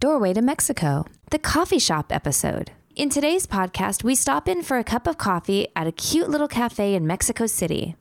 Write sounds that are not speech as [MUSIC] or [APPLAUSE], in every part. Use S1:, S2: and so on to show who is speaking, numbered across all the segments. S1: Doorway to Mexico, the coffee shop episode. In today's podcast, we stop in for a cup of coffee at a cute little cafe in Mexico City.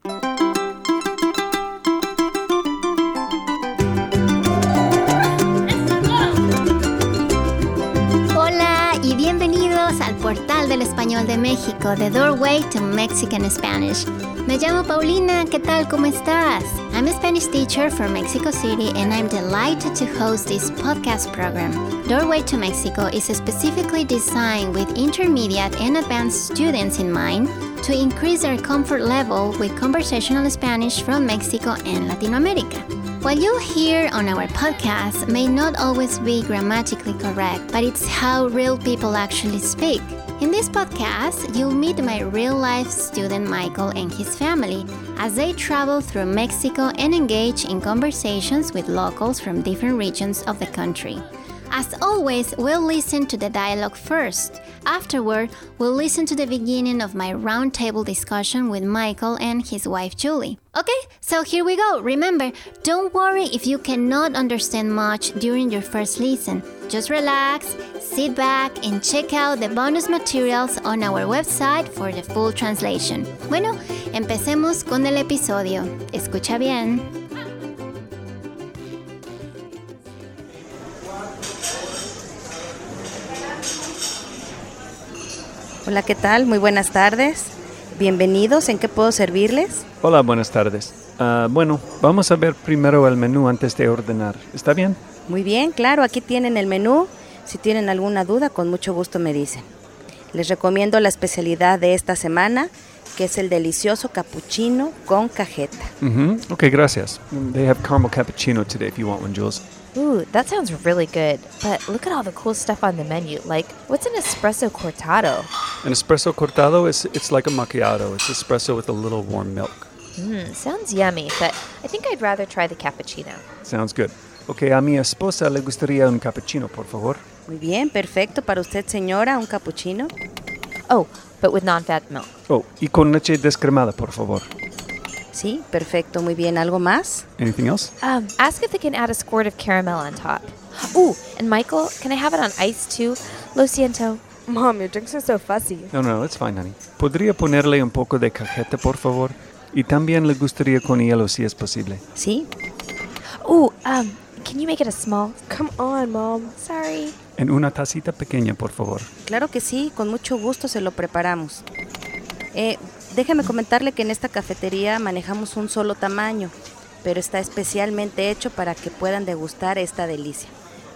S2: Hola y bienvenidos al portal del español de México, The Doorway to Mexican Spanish. Me llamo Paulina, ¿qué tal? ¿Cómo estás? I'm a Spanish teacher from Mexico City and I'm delighted to host this podcast program. Doorway to Mexico is specifically designed with intermediate and advanced students in mind to increase their comfort level with conversational Spanish from Mexico and Latin America. What you hear on our podcast may not always be grammatically correct, but it's how real people actually speak. In this podcast, you'll meet my real life student Michael and his family as they travel through Mexico and engage in conversations with locals from different regions of the country. As always, we'll listen to the dialogue first. Afterward, we'll listen to the beginning of my roundtable discussion with Michael and his wife Julie. Okay, so here we go. Remember, don't worry if you cannot understand much during your first listen. Just relax, sit back, and check out the bonus materials on our website for the full translation. Bueno, empecemos con el episodio. Escucha bien.
S3: Hola, ¿qué tal? Muy buenas tardes. Bienvenidos, ¿en qué puedo servirles?
S4: Hola, buenas tardes. Ah, bueno, vamos a ver primero el menú antes de ordenar. ¿Está bien?
S3: Muy bien, claro, aquí tienen el menú. Si tienen alguna duda, con mucho gusto me dicen. Les recomiendo la especialidad de esta semana, que es el delicioso capuchino con cajeta.
S4: Mhm. Okay, gracias. They have caramel cappuccino today if you want one, Jules.
S5: Ooh, that sounds really good. But look at all the cool stuff on the menu. Like, what's an espresso cortado?
S4: An espresso cortado is it's like a macchiato. It's espresso with a little warm milk.
S5: Mmm, sounds yummy, but I think I'd rather try the cappuccino.
S4: Sounds good. Okay, a mi esposa le gustaría un cappuccino, por favor.
S3: Muy bien, perfecto. Para usted, señora, un capuchino.
S5: Oh, but with non fat milk.
S4: Oh, y con leche descremada, por favor.
S3: Sí, perfecto, muy bien. ¿Algo más?
S4: Anything else?
S5: Um, ask if they can add a squirt of caramel on top. Ooh, and Michael, can I have it on ice too? Lo siento.
S6: Mom, your drinks are so fussy.
S4: No, no, it's fine, honey. ¿Podría ponerle un poco de cajeta, por favor? Y también le gustaría con hielo si es posible.
S3: Sí.
S5: Ooh, um, can you make it a small?
S6: Come on, Mom.
S5: Sorry.
S4: En una tacita pequeña, por favor.
S3: Claro que sí, con mucho gusto se lo preparamos. Eh, déjame comentarle que en esta cafetería manejamos un solo tamaño, pero está especialmente hecho para que puedan degustar esta delicia.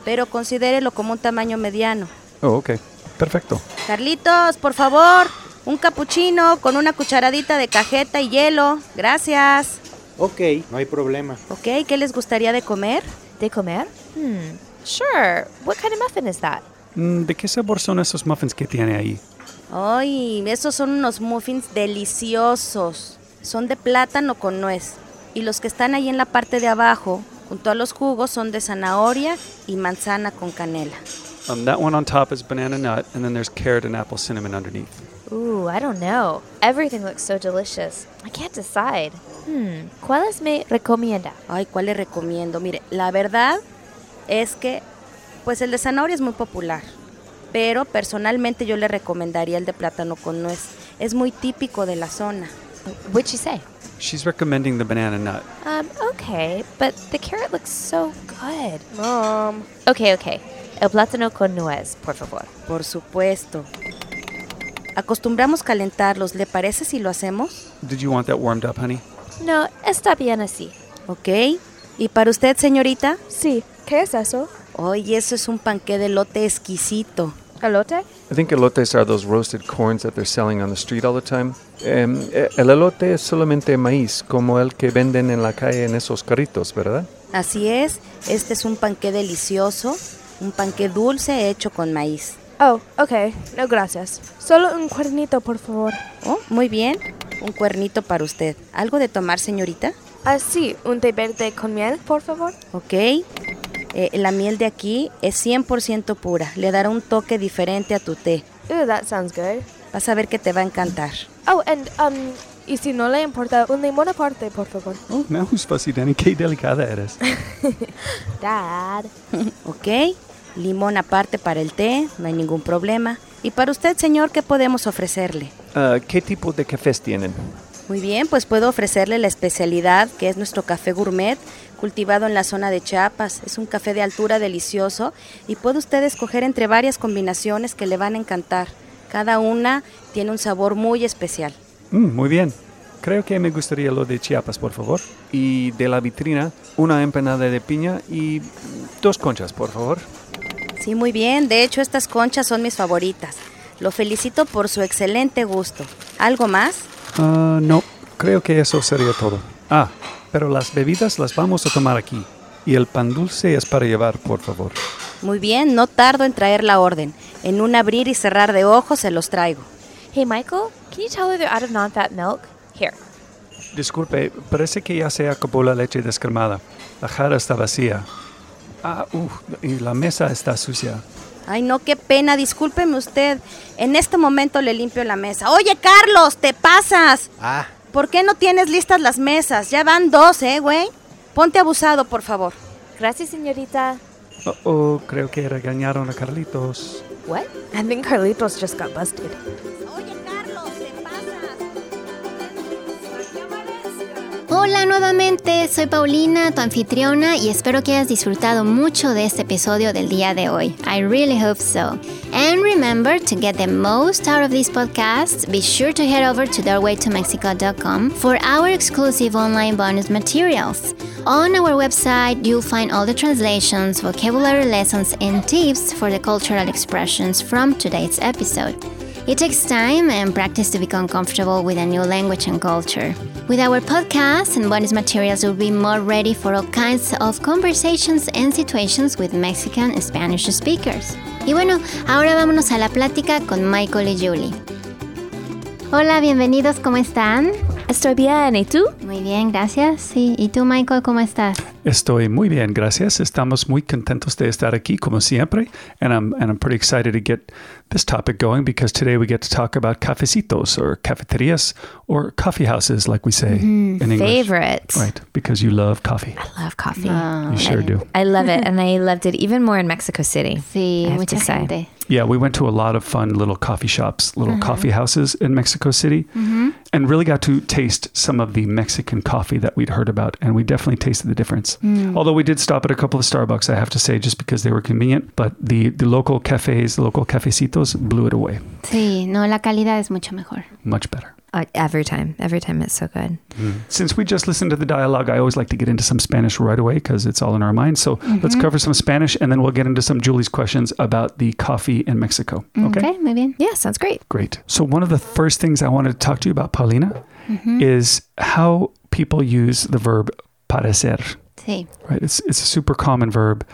S3: Pero considérelo como un tamaño mediano.
S4: Oh, okay. Perfecto.
S3: Carlitos, por favor, un capuchino con una cucharadita de cajeta y hielo. Gracias.
S7: Ok, no hay problema.
S3: Ok, ¿qué les gustaría de comer?
S5: De comer? Hmm, sure. What kind of muffin is that?
S4: Mm, ¿De qué sabor son esos muffins que tiene ahí?
S3: Ay, esos son unos muffins deliciosos. Son de plátano con nuez. Y los que están ahí en la parte de abajo, junto a los jugos, son de zanahoria y manzana con canela.
S4: Um, that one on top is banana nut, and then there's carrot and apple cinnamon underneath.
S5: Ooh, I don't know. Everything looks so delicious. I can't decide. Hmm, ¿cuáles me recomienda?
S3: Ay, ¿cuál le recomiendo? Mire, la verdad es que, pues el de zanahoria es muy popular, pero personalmente yo le recomendaría el de plátano con nuez. Es muy típico de la zona.
S5: What'd she say?
S4: She's recommending the banana nut.
S5: Um, okay, but the carrot looks so good.
S6: Mom.
S5: Okay, okay. El plátano con nuez, por favor.
S3: Por supuesto. Acostumbramos calentarlos, ¿le parece si lo hacemos?
S4: Did you want that warmed up, honey?
S5: No, está bien así.
S3: Ok. ¿Y para usted, señorita?
S6: Sí. ¿Qué es eso?
S3: Oye, eso es un panqué de lote exquisito.
S6: ¿Elote?
S4: I think elotes are those roasted corns that they're selling on the street all the time. Um, eh, el elote es solamente maíz, como el que venden en la calle en esos carritos, ¿verdad?
S3: Así es, este es un panqué delicioso, un panqué dulce hecho con maíz.
S6: Oh, okay. No gracias. Solo un cuernito, por favor.
S3: Oh, muy bien. Un cuernito para usted. ¿Algo de tomar, señorita?
S6: Ah, sí, un té verde con miel, por favor.
S3: Ok. Eh, la miel de aquí es 100% pura. Le dará un toque diferente a tu té.
S6: Ooh, that sounds good.
S3: Vas a ver que te va a encantar.
S6: Oh, and, um, y si no le importa, un limón aparte, por favor.
S4: Oh, [LAUGHS] now who's fussy, Danny? Qué delicada eres.
S6: Dad.
S3: Ok. Limón aparte para el té, no hay ningún problema. Y para usted, señor, ¿qué podemos ofrecerle?
S4: Ah, ¿Qué tipo de cafés tienen?
S3: Muy bien, pues puedo ofrecerle la especialidad, que es nuestro café gourmet, cultivado en la zona de Chiapas. Es un café de altura delicioso y puede usted escoger entre varias combinaciones que le van a encantar. Cada una tiene un sabor muy especial.
S4: Mm, muy bien. Creo que me gustaría lo de Chiapas, por favor. Y de la vitrina, una empanada de piña y dos conchas, por favor.
S3: Sí, muy bien. De hecho, estas conchas son mis favoritas. Lo felicito por su excelente gusto. ¿Algo más?
S4: Ah, no, creo que eso sería todo. Ah, pero las bebidas las vamos a tomar aquí. Y el pan dulce es para llevar, por favor.
S3: Muy bien, no tardo en traer la orden. En un abrir y cerrar de ojos se los traigo.
S5: Hey, Michael, can you tell her they're out of non fat milk? Here.
S4: Disculpe, parece que ya se acabó la leche descremada. La jarra está vacía. Ah, uf, y la mesa está sucia.
S3: Ay, no, qué pena, discúlpeme usted. En este momento le limpio la mesa. Oye, Carlos, te pasas.
S7: Ah,
S3: ¿Por qué no tienes listas las mesas? Ya van dos, ¿eh, güey? Ponte abusado, por favor.
S5: Gracias, señorita.
S4: Oh, oh, creo que regañaron a Carlitos.
S5: What?
S6: I think Carlitos just got busted.
S3: Oye, Carlos, te pasas.
S2: Hola nuevamente, soy Paulina, tu anfitriona, y espero que hayas disfrutado mucho de este episodio del día de hoy. I really hope so. And remember, to get the most out of these podcasts, be sure to head over to doorwaytomexico.com for our exclusive online bonus materials. On our website, you'll find all the translations, vocabulary lessons, and tips for the cultural expressions from today's episode. It takes time and practice to become comfortable with a new language and culture. With our podcast and bonus materials, we'll be more ready for all kinds of conversations and situations with Mexican and Spanish speakers. Y bueno, ahora vámonos a la plática con Michael y Julie. Hola, bienvenidos, ¿cómo están?
S1: Estoy bien, ¿y tú?
S2: Muy bien, gracias. Sí, ¿y tú, Michael, cómo estás?
S4: Estoy muy bien, gracias. Estamos muy contentos de estar aquí, como siempre. And I'm, and I'm pretty excited to get this topic going because today we get to talk about cafecitos or cafeterias or coffee houses, like we say in English.
S1: Favorite.
S4: Right, Uh. because you love coffee.
S1: Mm-hmm. I love coffee.
S4: You sure do.
S1: I love it, and I loved it even more in Mexico City.
S2: Sí,
S1: I have
S2: mucha
S1: to say.
S2: gente.
S4: Yeah, we went to a lot of fun little coffee shops, little coffee houses in Mexico City, and really got to taste some of the Mexican coffee that we'd heard about. And we definitely tasted the difference. Although we did stop at a couple of Starbucks, I have to say, just because they were convenient. But the, the local cafes, the local cafecitos blew it away.
S2: Sí, no, la calidad es mucho mejor.
S4: Much better.
S1: Uh, every time, every time it's so good.
S4: Since we just listened to the dialogue, I always like to get into some Spanish right away because it's all in our minds. So let's cover some Spanish and then we'll get into some Julie's questions about the coffee in Mexico. Okay.
S2: Ok, muy bien.
S1: Yeah, sounds great.
S4: Great. So, one of the first things I wanted to talk to you about, Paulina, is how people use the verb parecer.
S2: Sí.
S4: Right? It's, it's a super common verb.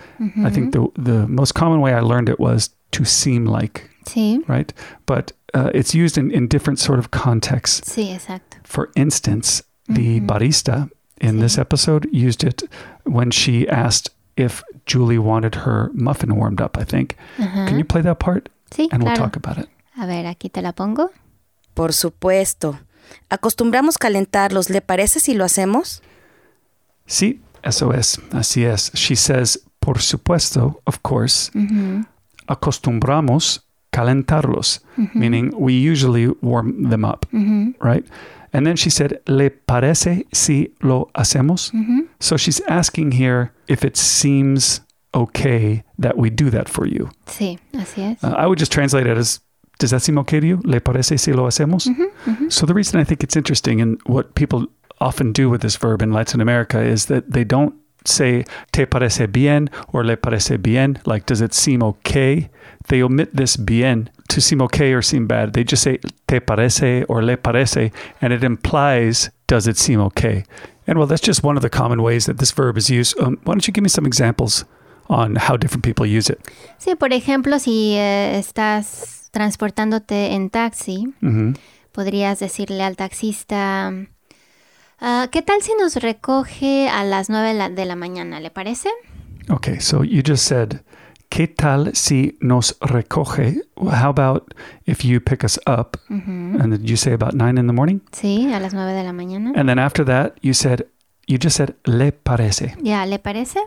S4: I think the, the most common way I learned it was to seem like,
S2: Sí,
S4: right? But uh, it's used in, in different sort of contexts.
S2: sí, exacto.
S4: For instance, the barista in this episode used it when she asked if Julie wanted her muffin warmed up, I think. Can
S2: Uh-huh.
S4: you play that part?
S2: Sí,
S4: And we'll
S2: claro.
S4: talk about it.
S2: A ver, aquí te la pongo.
S3: Por supuesto. Acostumbramos calentarlos, ¿le parece si lo hacemos?
S4: Sí, eso es. Así es. She says, por supuesto, of course, acostumbramos calentarlos, meaning we usually warm them up, right? And then she said, ¿le parece si lo hacemos?
S2: Mm.
S4: So she's asking here if it seems okay that we do that for you.
S2: Sí, así es.
S4: Uh, I would just translate it as Does that seem okay to you? ¿Le parece si lo hacemos? So, the reason I think it's interesting and what people often do with this verb in Latin America is that they don't say te parece bien or le parece bien, like does it seem okay? They omit this bien to seem okay or seem bad. They just say te parece or le parece, and it implies does it seem okay? And well, that's just one of the common ways that this verb is used. Um, why don't you give me some examples on how different people use it?
S2: Sí, por ejemplo, si eh, estás transportándote en taxi,
S4: Mm-hmm.
S2: podrías decirle al taxista, ah, ¿qué tal si nos recoge a las 9 de la, de la mañana? ¿Le parece?
S4: Okay, so you just said, ¿Qué tal si nos recoge? Well, How about if you pick us up?
S2: Mm-hmm.
S4: And did you say about nine in the morning?
S2: Sí, a las 9 de la mañana.
S4: And then after that, you said, You just said le parece.
S2: Ya, ¿le parece?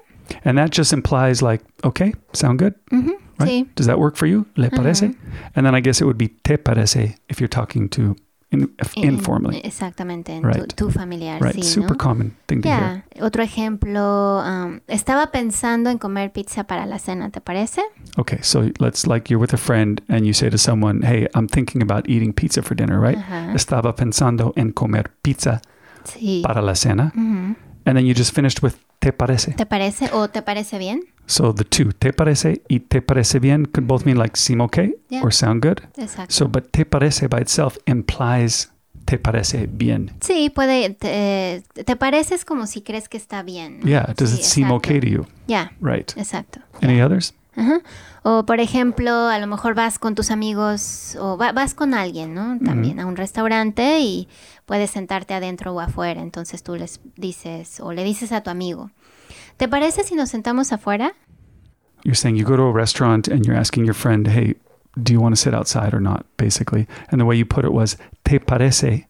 S4: And that just implies, like, okay, sound good?
S2: Ujú,
S4: Right?
S2: Sí.
S4: Does that work for you? Le
S2: Mm-hmm.
S4: parece? And then I guess it would be te parece if you're talking to in, if
S2: En-
S4: informally.
S2: Exactamente, en
S4: Right.
S2: tu, tu familiar,
S4: right.
S2: eh, sí,
S4: Super
S2: ¿no?
S4: common thing to hear.
S2: Ya, otro ejemplo, um, estaba pensando en comer pizza para la cena, ¿te parece?
S4: Okay, so let's like you're with a friend and you say to someone, "Hey, I'm thinking about eating pizza for dinner, right?"
S2: Ajá.
S4: Estaba pensando en comer pizza
S2: Sí.
S4: para la cena,
S2: Ujú.
S4: and then you just finished with te parece.
S2: ¿Te parece o te parece bien?
S4: So the two te parece y te parece bien could both mean like seem okay
S2: Yeah.
S4: or sound good.
S2: Exacto.
S4: So, but te parece by itself implies te parece bien.
S2: Sí, puede, te, te pareces como si crees que está bien. ¿no?
S4: Yeah, does
S2: Sí,
S4: it seem
S2: exacto.
S4: okay to you?
S2: Ya,
S4: Right.
S2: exacto.
S4: Any others?
S2: Ajá. O por ejemplo, a lo mejor vas con tus amigos o va- vas con alguien, ¿no? También a un restaurante y puedes sentarte adentro o afuera. Entonces tú les dices o le dices a tu amigo, ¿te parece si nos sentamos afuera?
S4: You're saying you go to a restaurant and you're asking your friend, "Hey, do you want to sit outside or not?" Basically, and the way you put it was te parece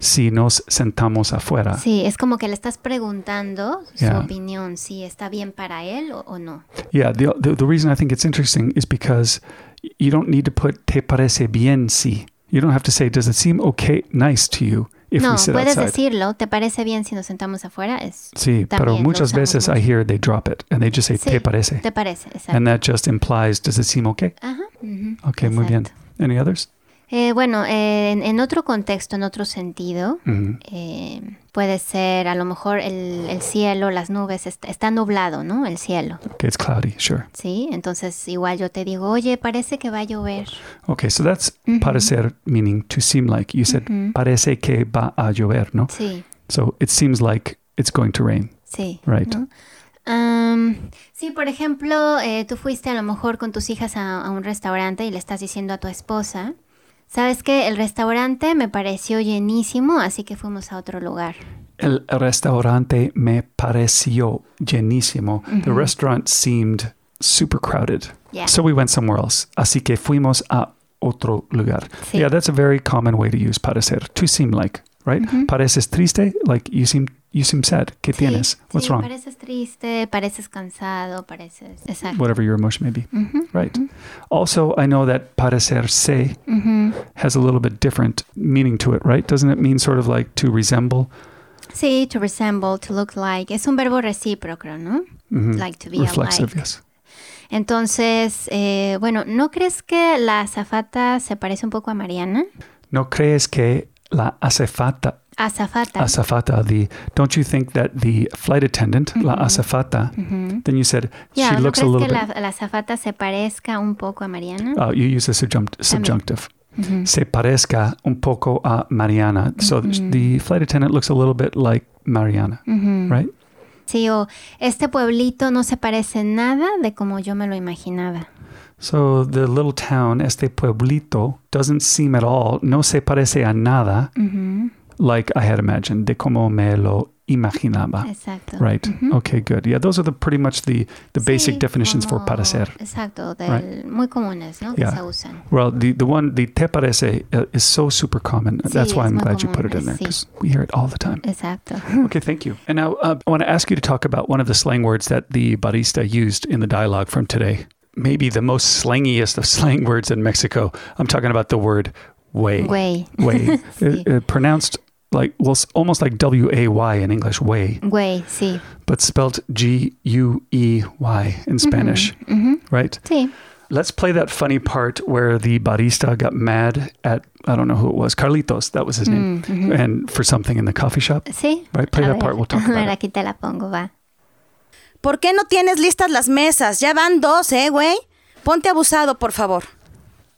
S4: si nos sentamos afuera.
S2: Sí, es como que le estás preguntando
S4: Ah. Ya.
S2: su opinión, si está bien para él o, o no.
S4: Yeah, the, the the reason I think it's interesting is because y- you don't need to put te parece bien si. You don't have to say does it seem okay nice to you if
S2: no,
S4: we sit
S2: puedes
S4: outside.
S2: decirlo, ¿te parece bien si nos sentamos afuera? Es,
S4: Sí, pero
S2: También lo
S4: muchas
S2: usamos
S4: veces I
S2: mucho.
S4: hear they drop it and they just say
S2: Sí,
S4: te parece.
S2: ¿Te parece? Exacto.
S4: and that just implies does it seem okay?
S2: Ajá. ujú,
S4: Okay, muy bien.
S2: exacto.
S4: Any others?
S2: Eh, bueno, eh, en, en otro contexto, en otro sentido,
S4: Mhm.
S2: eh, puede ser a lo mejor el, el cielo, las nubes, est- está nublado, ¿no? El cielo,
S4: Okay, it's cloudy, sure.
S2: ¿sí? Entonces igual yo te digo, oye, parece que va a llover.
S4: Okay, so that's parecer meaning to seem like. You said parece que va a llover, no?
S2: Sí,
S4: So it seems like it's going to rain,
S2: sí.
S4: right?
S2: ¿no? Am, sí, por ejemplo, eh, tú fuiste a lo mejor con tus hijas a, a un restaurante y le estás diciendo a tu esposa, ¿sabes qué? El restaurante me pareció llenísimo, así que fuimos a otro lugar.
S4: El restaurante me pareció llenísimo. The restaurant seemed super crowded.
S2: Yeah.
S4: So we went somewhere else. Así que fuimos a otro lugar.
S2: Sí.
S4: Yeah, that's a very common way to use parecer, to seem like, right? Pareces triste, like you seem you seem sad. ¿Qué
S2: Sí,
S4: tienes? What's
S2: sí,
S4: wrong?
S2: Pareces triste, pareces cansado, pareces... Exacto.
S4: Whatever your emotion may be. Right. Also, I know that parecerse has a little bit different meaning to it, right? Doesn't it mean sort of like to resemble?
S2: Sí, to resemble, to look like. Es un verbo recíproco, ¿no? Like to be
S4: Reflexive,
S2: alike.
S4: yes.
S2: Entonces, eh, bueno, ¿no crees que la azafata se parece un poco a Mariana?
S4: No crees que la acefata
S2: Azafata.
S4: azafata, the don't you think that the flight attendant, la azafata, then you said
S2: Ya, Mm-hmm.
S4: she
S2: ¿no
S4: looks a
S2: crees
S4: little
S2: que la,
S4: bit.
S2: la azafata se parezca un poco a Mariana?
S4: Uh, you use the subjunct- subjunctive.
S2: Mm-hmm.
S4: Se parezca un poco a Mariana. So th-
S2: Mm-hmm.
S4: the flight attendant looks a little bit like Mariana,
S2: Mm-hmm.
S4: right?
S2: Sí, o este pueblito no se parece en nada de como yo me lo imaginaba.
S4: So the little town, este pueblito, doesn't seem at all, no se parece a nada
S2: Mm-hmm.
S4: like I had imagined, de como me lo imaginaba.
S2: Exacto.
S4: Ah, Right. Okay, good. Yeah, those are the pretty much the, the basic
S2: Sí, Oh.
S4: definitions
S2: como-
S4: for parecer.
S2: Exacto, del- muy comunes, ¿no?
S4: Yeah.
S2: Que se usan.
S4: Well, the, the one, the te parece, uh, is so super common. That's
S2: Sí,
S4: why
S2: es
S4: I'm
S2: muy
S4: glad you put it
S2: común,
S4: in there
S2: sí.
S4: because we hear it all
S2: [CLEARS THROAT]
S4: the time.
S2: Exacto.
S4: Okay, thank you. And now uh, I want to ask you to talk about one of the slang words that the barista used in the dialogue from today. Maybe the most slangiest of [LAUGHS] slang words in Mexico. I'm talking about the word way.
S2: Güey. [LAUGHS]
S4: Way. It- it pronounced like, well, s- almost like W A Y in English, way,
S2: Güey, sí.
S4: but spelt G U E Y in Spanish, right?
S2: Sí.
S4: Let's play that funny part where the barista got mad at, I don't know who it was, Carlitos, that was his name, and for something in the coffee shop.
S2: Sí.
S4: Right, play
S2: A
S4: that
S2: ver,
S4: part, we'll talk
S2: a [LAUGHS]
S4: about
S2: ver,
S4: it.
S2: aquí te la pongo, va.
S3: ¿Por qué no tienes listas las mesas? Ya van dos, ¿eh, güey? Ponte abusado, por favor.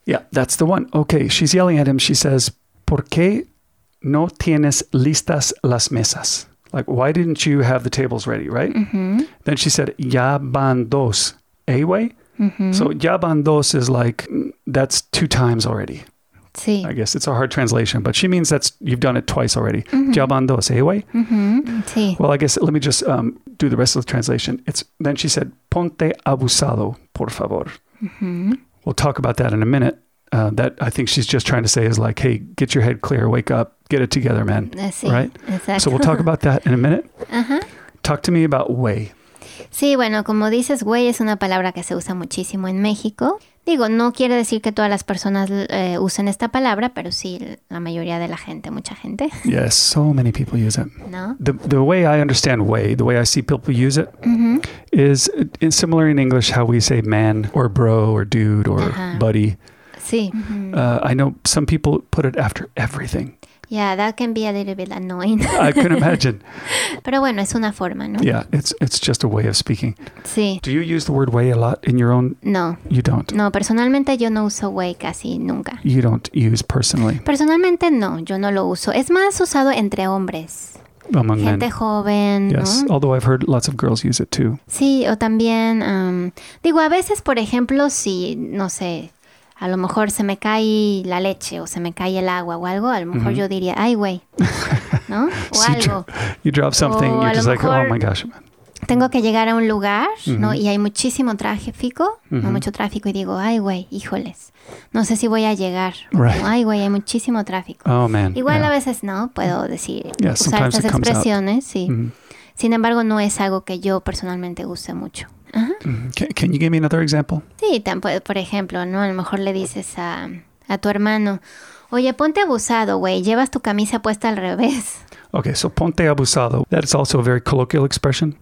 S4: Yeah, that's the one. Okay, she's yelling at him. She says, ¿Por qué no tienes listas las mesas? Like, why didn't you have the tables ready, right?
S2: Mm.
S4: Then she said, Ya van dos. A way? So, ya van dos is like, mm, that's two times already.
S2: Sí.
S4: I guess it's a hard translation, but she means that's you've done it twice already. Ya van dos. eh, A way?
S2: Sí.
S4: Well, I guess let me just um, do the rest of the translation. It's then she said, "Ponte abusado, por favor." We'll talk about that in a minute. Uh, that I think she's just trying to say is like, hey, get your head clear, wake up, get it
S2: [LAUGHS]
S4: together, man.
S2: Así,
S4: right?
S2: eh, exacto.
S4: So we'll talk about that in a minute.
S2: Ajá.
S4: Talk to me about way.
S2: Sí, bueno, como dices, güey es una palabra que se usa muchísimo en México. Digo, no quiere decir que todas las personas eh, usen esta palabra, pero sí la mayoría de la gente, mucha gente,
S4: Yes, so many people use it.
S2: ¿no?
S4: The, the way I understand way, the way I see people use it,
S2: Ujú.
S4: is it's similar in English how we say man or bro or dude or
S2: Uh-huh.
S4: buddy.
S2: Sí.
S4: Uh, I know some people put it after everything.
S2: Yeah, that can be a little bit annoying.
S4: I can imagine.
S2: Pero bueno, es una forma, ¿no?
S4: Yeah, it's it's just a way of speaking.
S2: Sí.
S4: Do you use the word way a lot in your own?
S2: No,
S4: You don't.
S2: no, personalmente yo no uso güey casi nunca.
S4: You don't use personally
S2: Personalmente no, yo no lo uso. Es más usado entre hombres,
S4: among men.
S2: gente joven, ¿no?
S4: Yes, Oh. although I've heard lots of girls use it too.
S2: Sí, o también, am, digo, a veces, por ejemplo, si, no sé, a lo mejor se me cae la leche o se me cae el agua o algo, a lo mejor yo diría, ay,
S4: [LAUGHS]
S2: güey, ¿no? O
S4: So you,
S2: algo.
S4: dro- you drop something,
S2: O a
S4: you're
S2: lo
S4: just like, oh
S2: mejor-
S4: my gosh, man.
S2: Tengo que llegar a un lugar, ¿no? Y hay muchísimo tráfico, ¿no?
S4: Ujú.
S2: mucho tráfico, y digo, ay, güey, híjoles, no sé si voy a llegar.
S4: Right.
S2: O, ay, güey, hay muchísimo tráfico.
S4: Oh man.
S2: Igual
S4: yeah.
S2: a veces no, puedo decir,
S4: Yeah,
S2: usar
S4: sometimes it
S2: estas
S4: comes out.
S2: expresiones, sí.
S4: Mhm.
S2: Sin embargo, no es algo que yo personalmente use mucho. Ajá.
S4: Mm-hmm. Can, can you give me another example?
S2: Sí, tampo- por ejemplo, ¿no? A lo mejor le dices a, a tu hermano, oye, ponte abusado, güey, llevas tu camisa puesta al revés. [LAUGHS]
S4: Okay, so ponte abusado. That's also a very colloquial expression.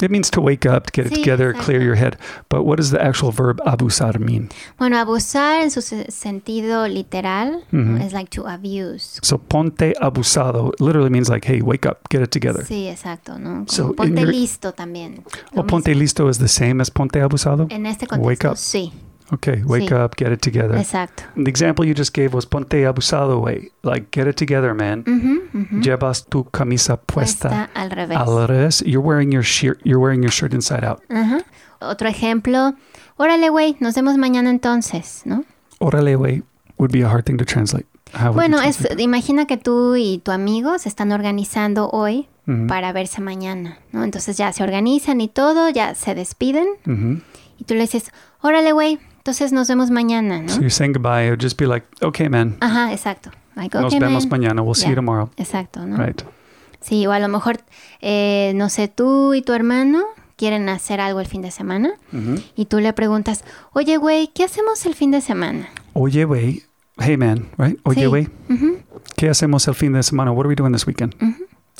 S4: It means to wake up, to get it
S2: Uh-huh. Sí,
S4: together, clear
S2: exacto.
S4: your head. But what does the actual verb abusar mean?
S2: Bueno, abusar en su se- sentido literal ¿no? es like to abuse.
S4: So ponte abusado literally means like, hey, wake up, get it together.
S2: Sí, exacto, ¿no? Como
S4: So, in
S2: ponte
S4: your-
S2: listo también. Lo
S4: O ponte
S2: mismo.
S4: listo is the same as ponte abusado?
S2: En este
S4: Wake
S2: contexto,
S4: up.
S2: sí,
S4: Okay, wake
S2: Sí.
S4: up, get it together.
S2: exacto.
S4: The example you just gave was ponte abusado way. Like, get it together, man.
S2: Ujú, ujú.
S4: Llevas tu camisa puesta
S2: Mm-hmm. Puesta al revés.
S4: al revés. You're wearing your shirt. You're wearing your shirt inside out.
S2: Ajá. Otro ejemplo, órale, güey, nos vemos mañana entonces, ¿no?
S4: Orale way would be a hard thing to translate. How would you
S2: Bueno, es,
S4: translate
S2: imagina que tú y tu amigo se están organizando hoy
S4: Ujú.
S2: para verse mañana, ¿no? Entonces ya se organizan y todo, ya se despiden
S4: that? Mhm.
S2: y tú le dices, órale, güey, entonces nos vemos mañana, ¿no?
S4: So you're saying goodbye. It would just be like, okay, man.
S2: Ajá, exacto. Like,
S4: Nos
S2: Ah, "Okay,
S4: vemos
S2: man".
S4: mañana. We'll see you
S2: Yeah.
S4: tomorrow.
S2: Exacto, ¿no?
S4: Right.
S2: Sí, o a lo mejor, eh, no sé, tú y tu hermano quieren hacer algo el fin de semana y tú le preguntas, oye, güey, ¿qué hacemos el fin de semana?
S4: Oye, güey. Hey, man. Right? Oye,
S2: Sí.
S4: güey. ¿Qué hacemos el fin de semana? What are we doing this weekend?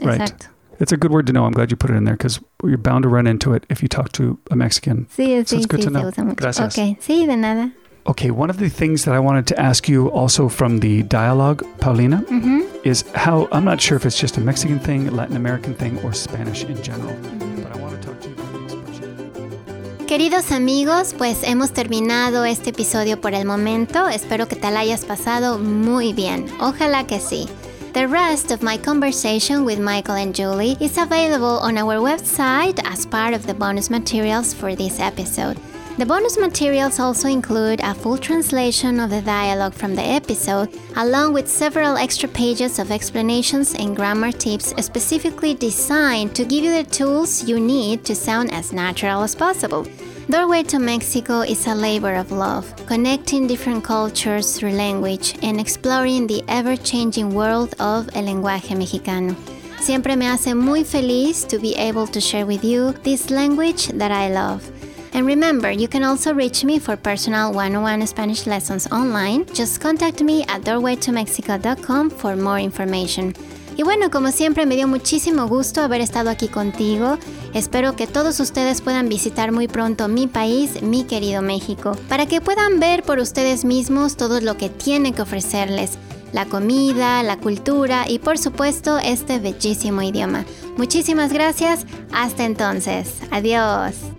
S4: Right.
S2: Exacto.
S4: It's a good word to know. I'm glad you put it in there because you're bound to run into it if you talk to a Mexican.
S2: Sí,
S4: So
S2: sí,
S4: it's good
S2: sí,
S4: to
S2: se
S4: know.
S2: usa mucho.
S4: Gracias.
S2: Ok, sí, de nada.
S4: Okay, one of the things that I wanted to ask you also from the dialogue, Paulina,
S2: Ujú.
S4: is how I'm not sure if it's just a Mexican thing, Latin American thing, or Spanish in general, but I want to talk to you about the expression.
S2: Queridos amigos, pues hemos terminado este episodio por el momento. Espero que te la hayas pasado muy bien. Ojalá que sí. The rest of my conversation with Michael and Julie is available on our website as part of the bonus materials for this episode. The bonus materials also include a full translation of the dialogue from the episode, along with several extra pages of explanations and grammar tips specifically designed to give you the tools you need to sound as natural as possible. Doorway to Mexico is a labor of love, connecting different cultures through language and exploring the ever changing world of el lenguaje mexicano. Siempre me hace muy feliz to be able to share with you this language that I love. And remember, you can also reach me for personal one-on-one Spanish lessons online. Just contact me at doorwaytomexico.com for more information. Y bueno, como siempre, me dio muchísimo gusto haber estado aquí contigo. Espero que todos ustedes puedan visitar muy pronto mi país, mi querido México, para que puedan ver por ustedes mismos todo lo que tiene que ofrecerles la comida, la cultura y por supuesto este bellísimo idioma. Muchísimas gracias, hasta entonces, adiós.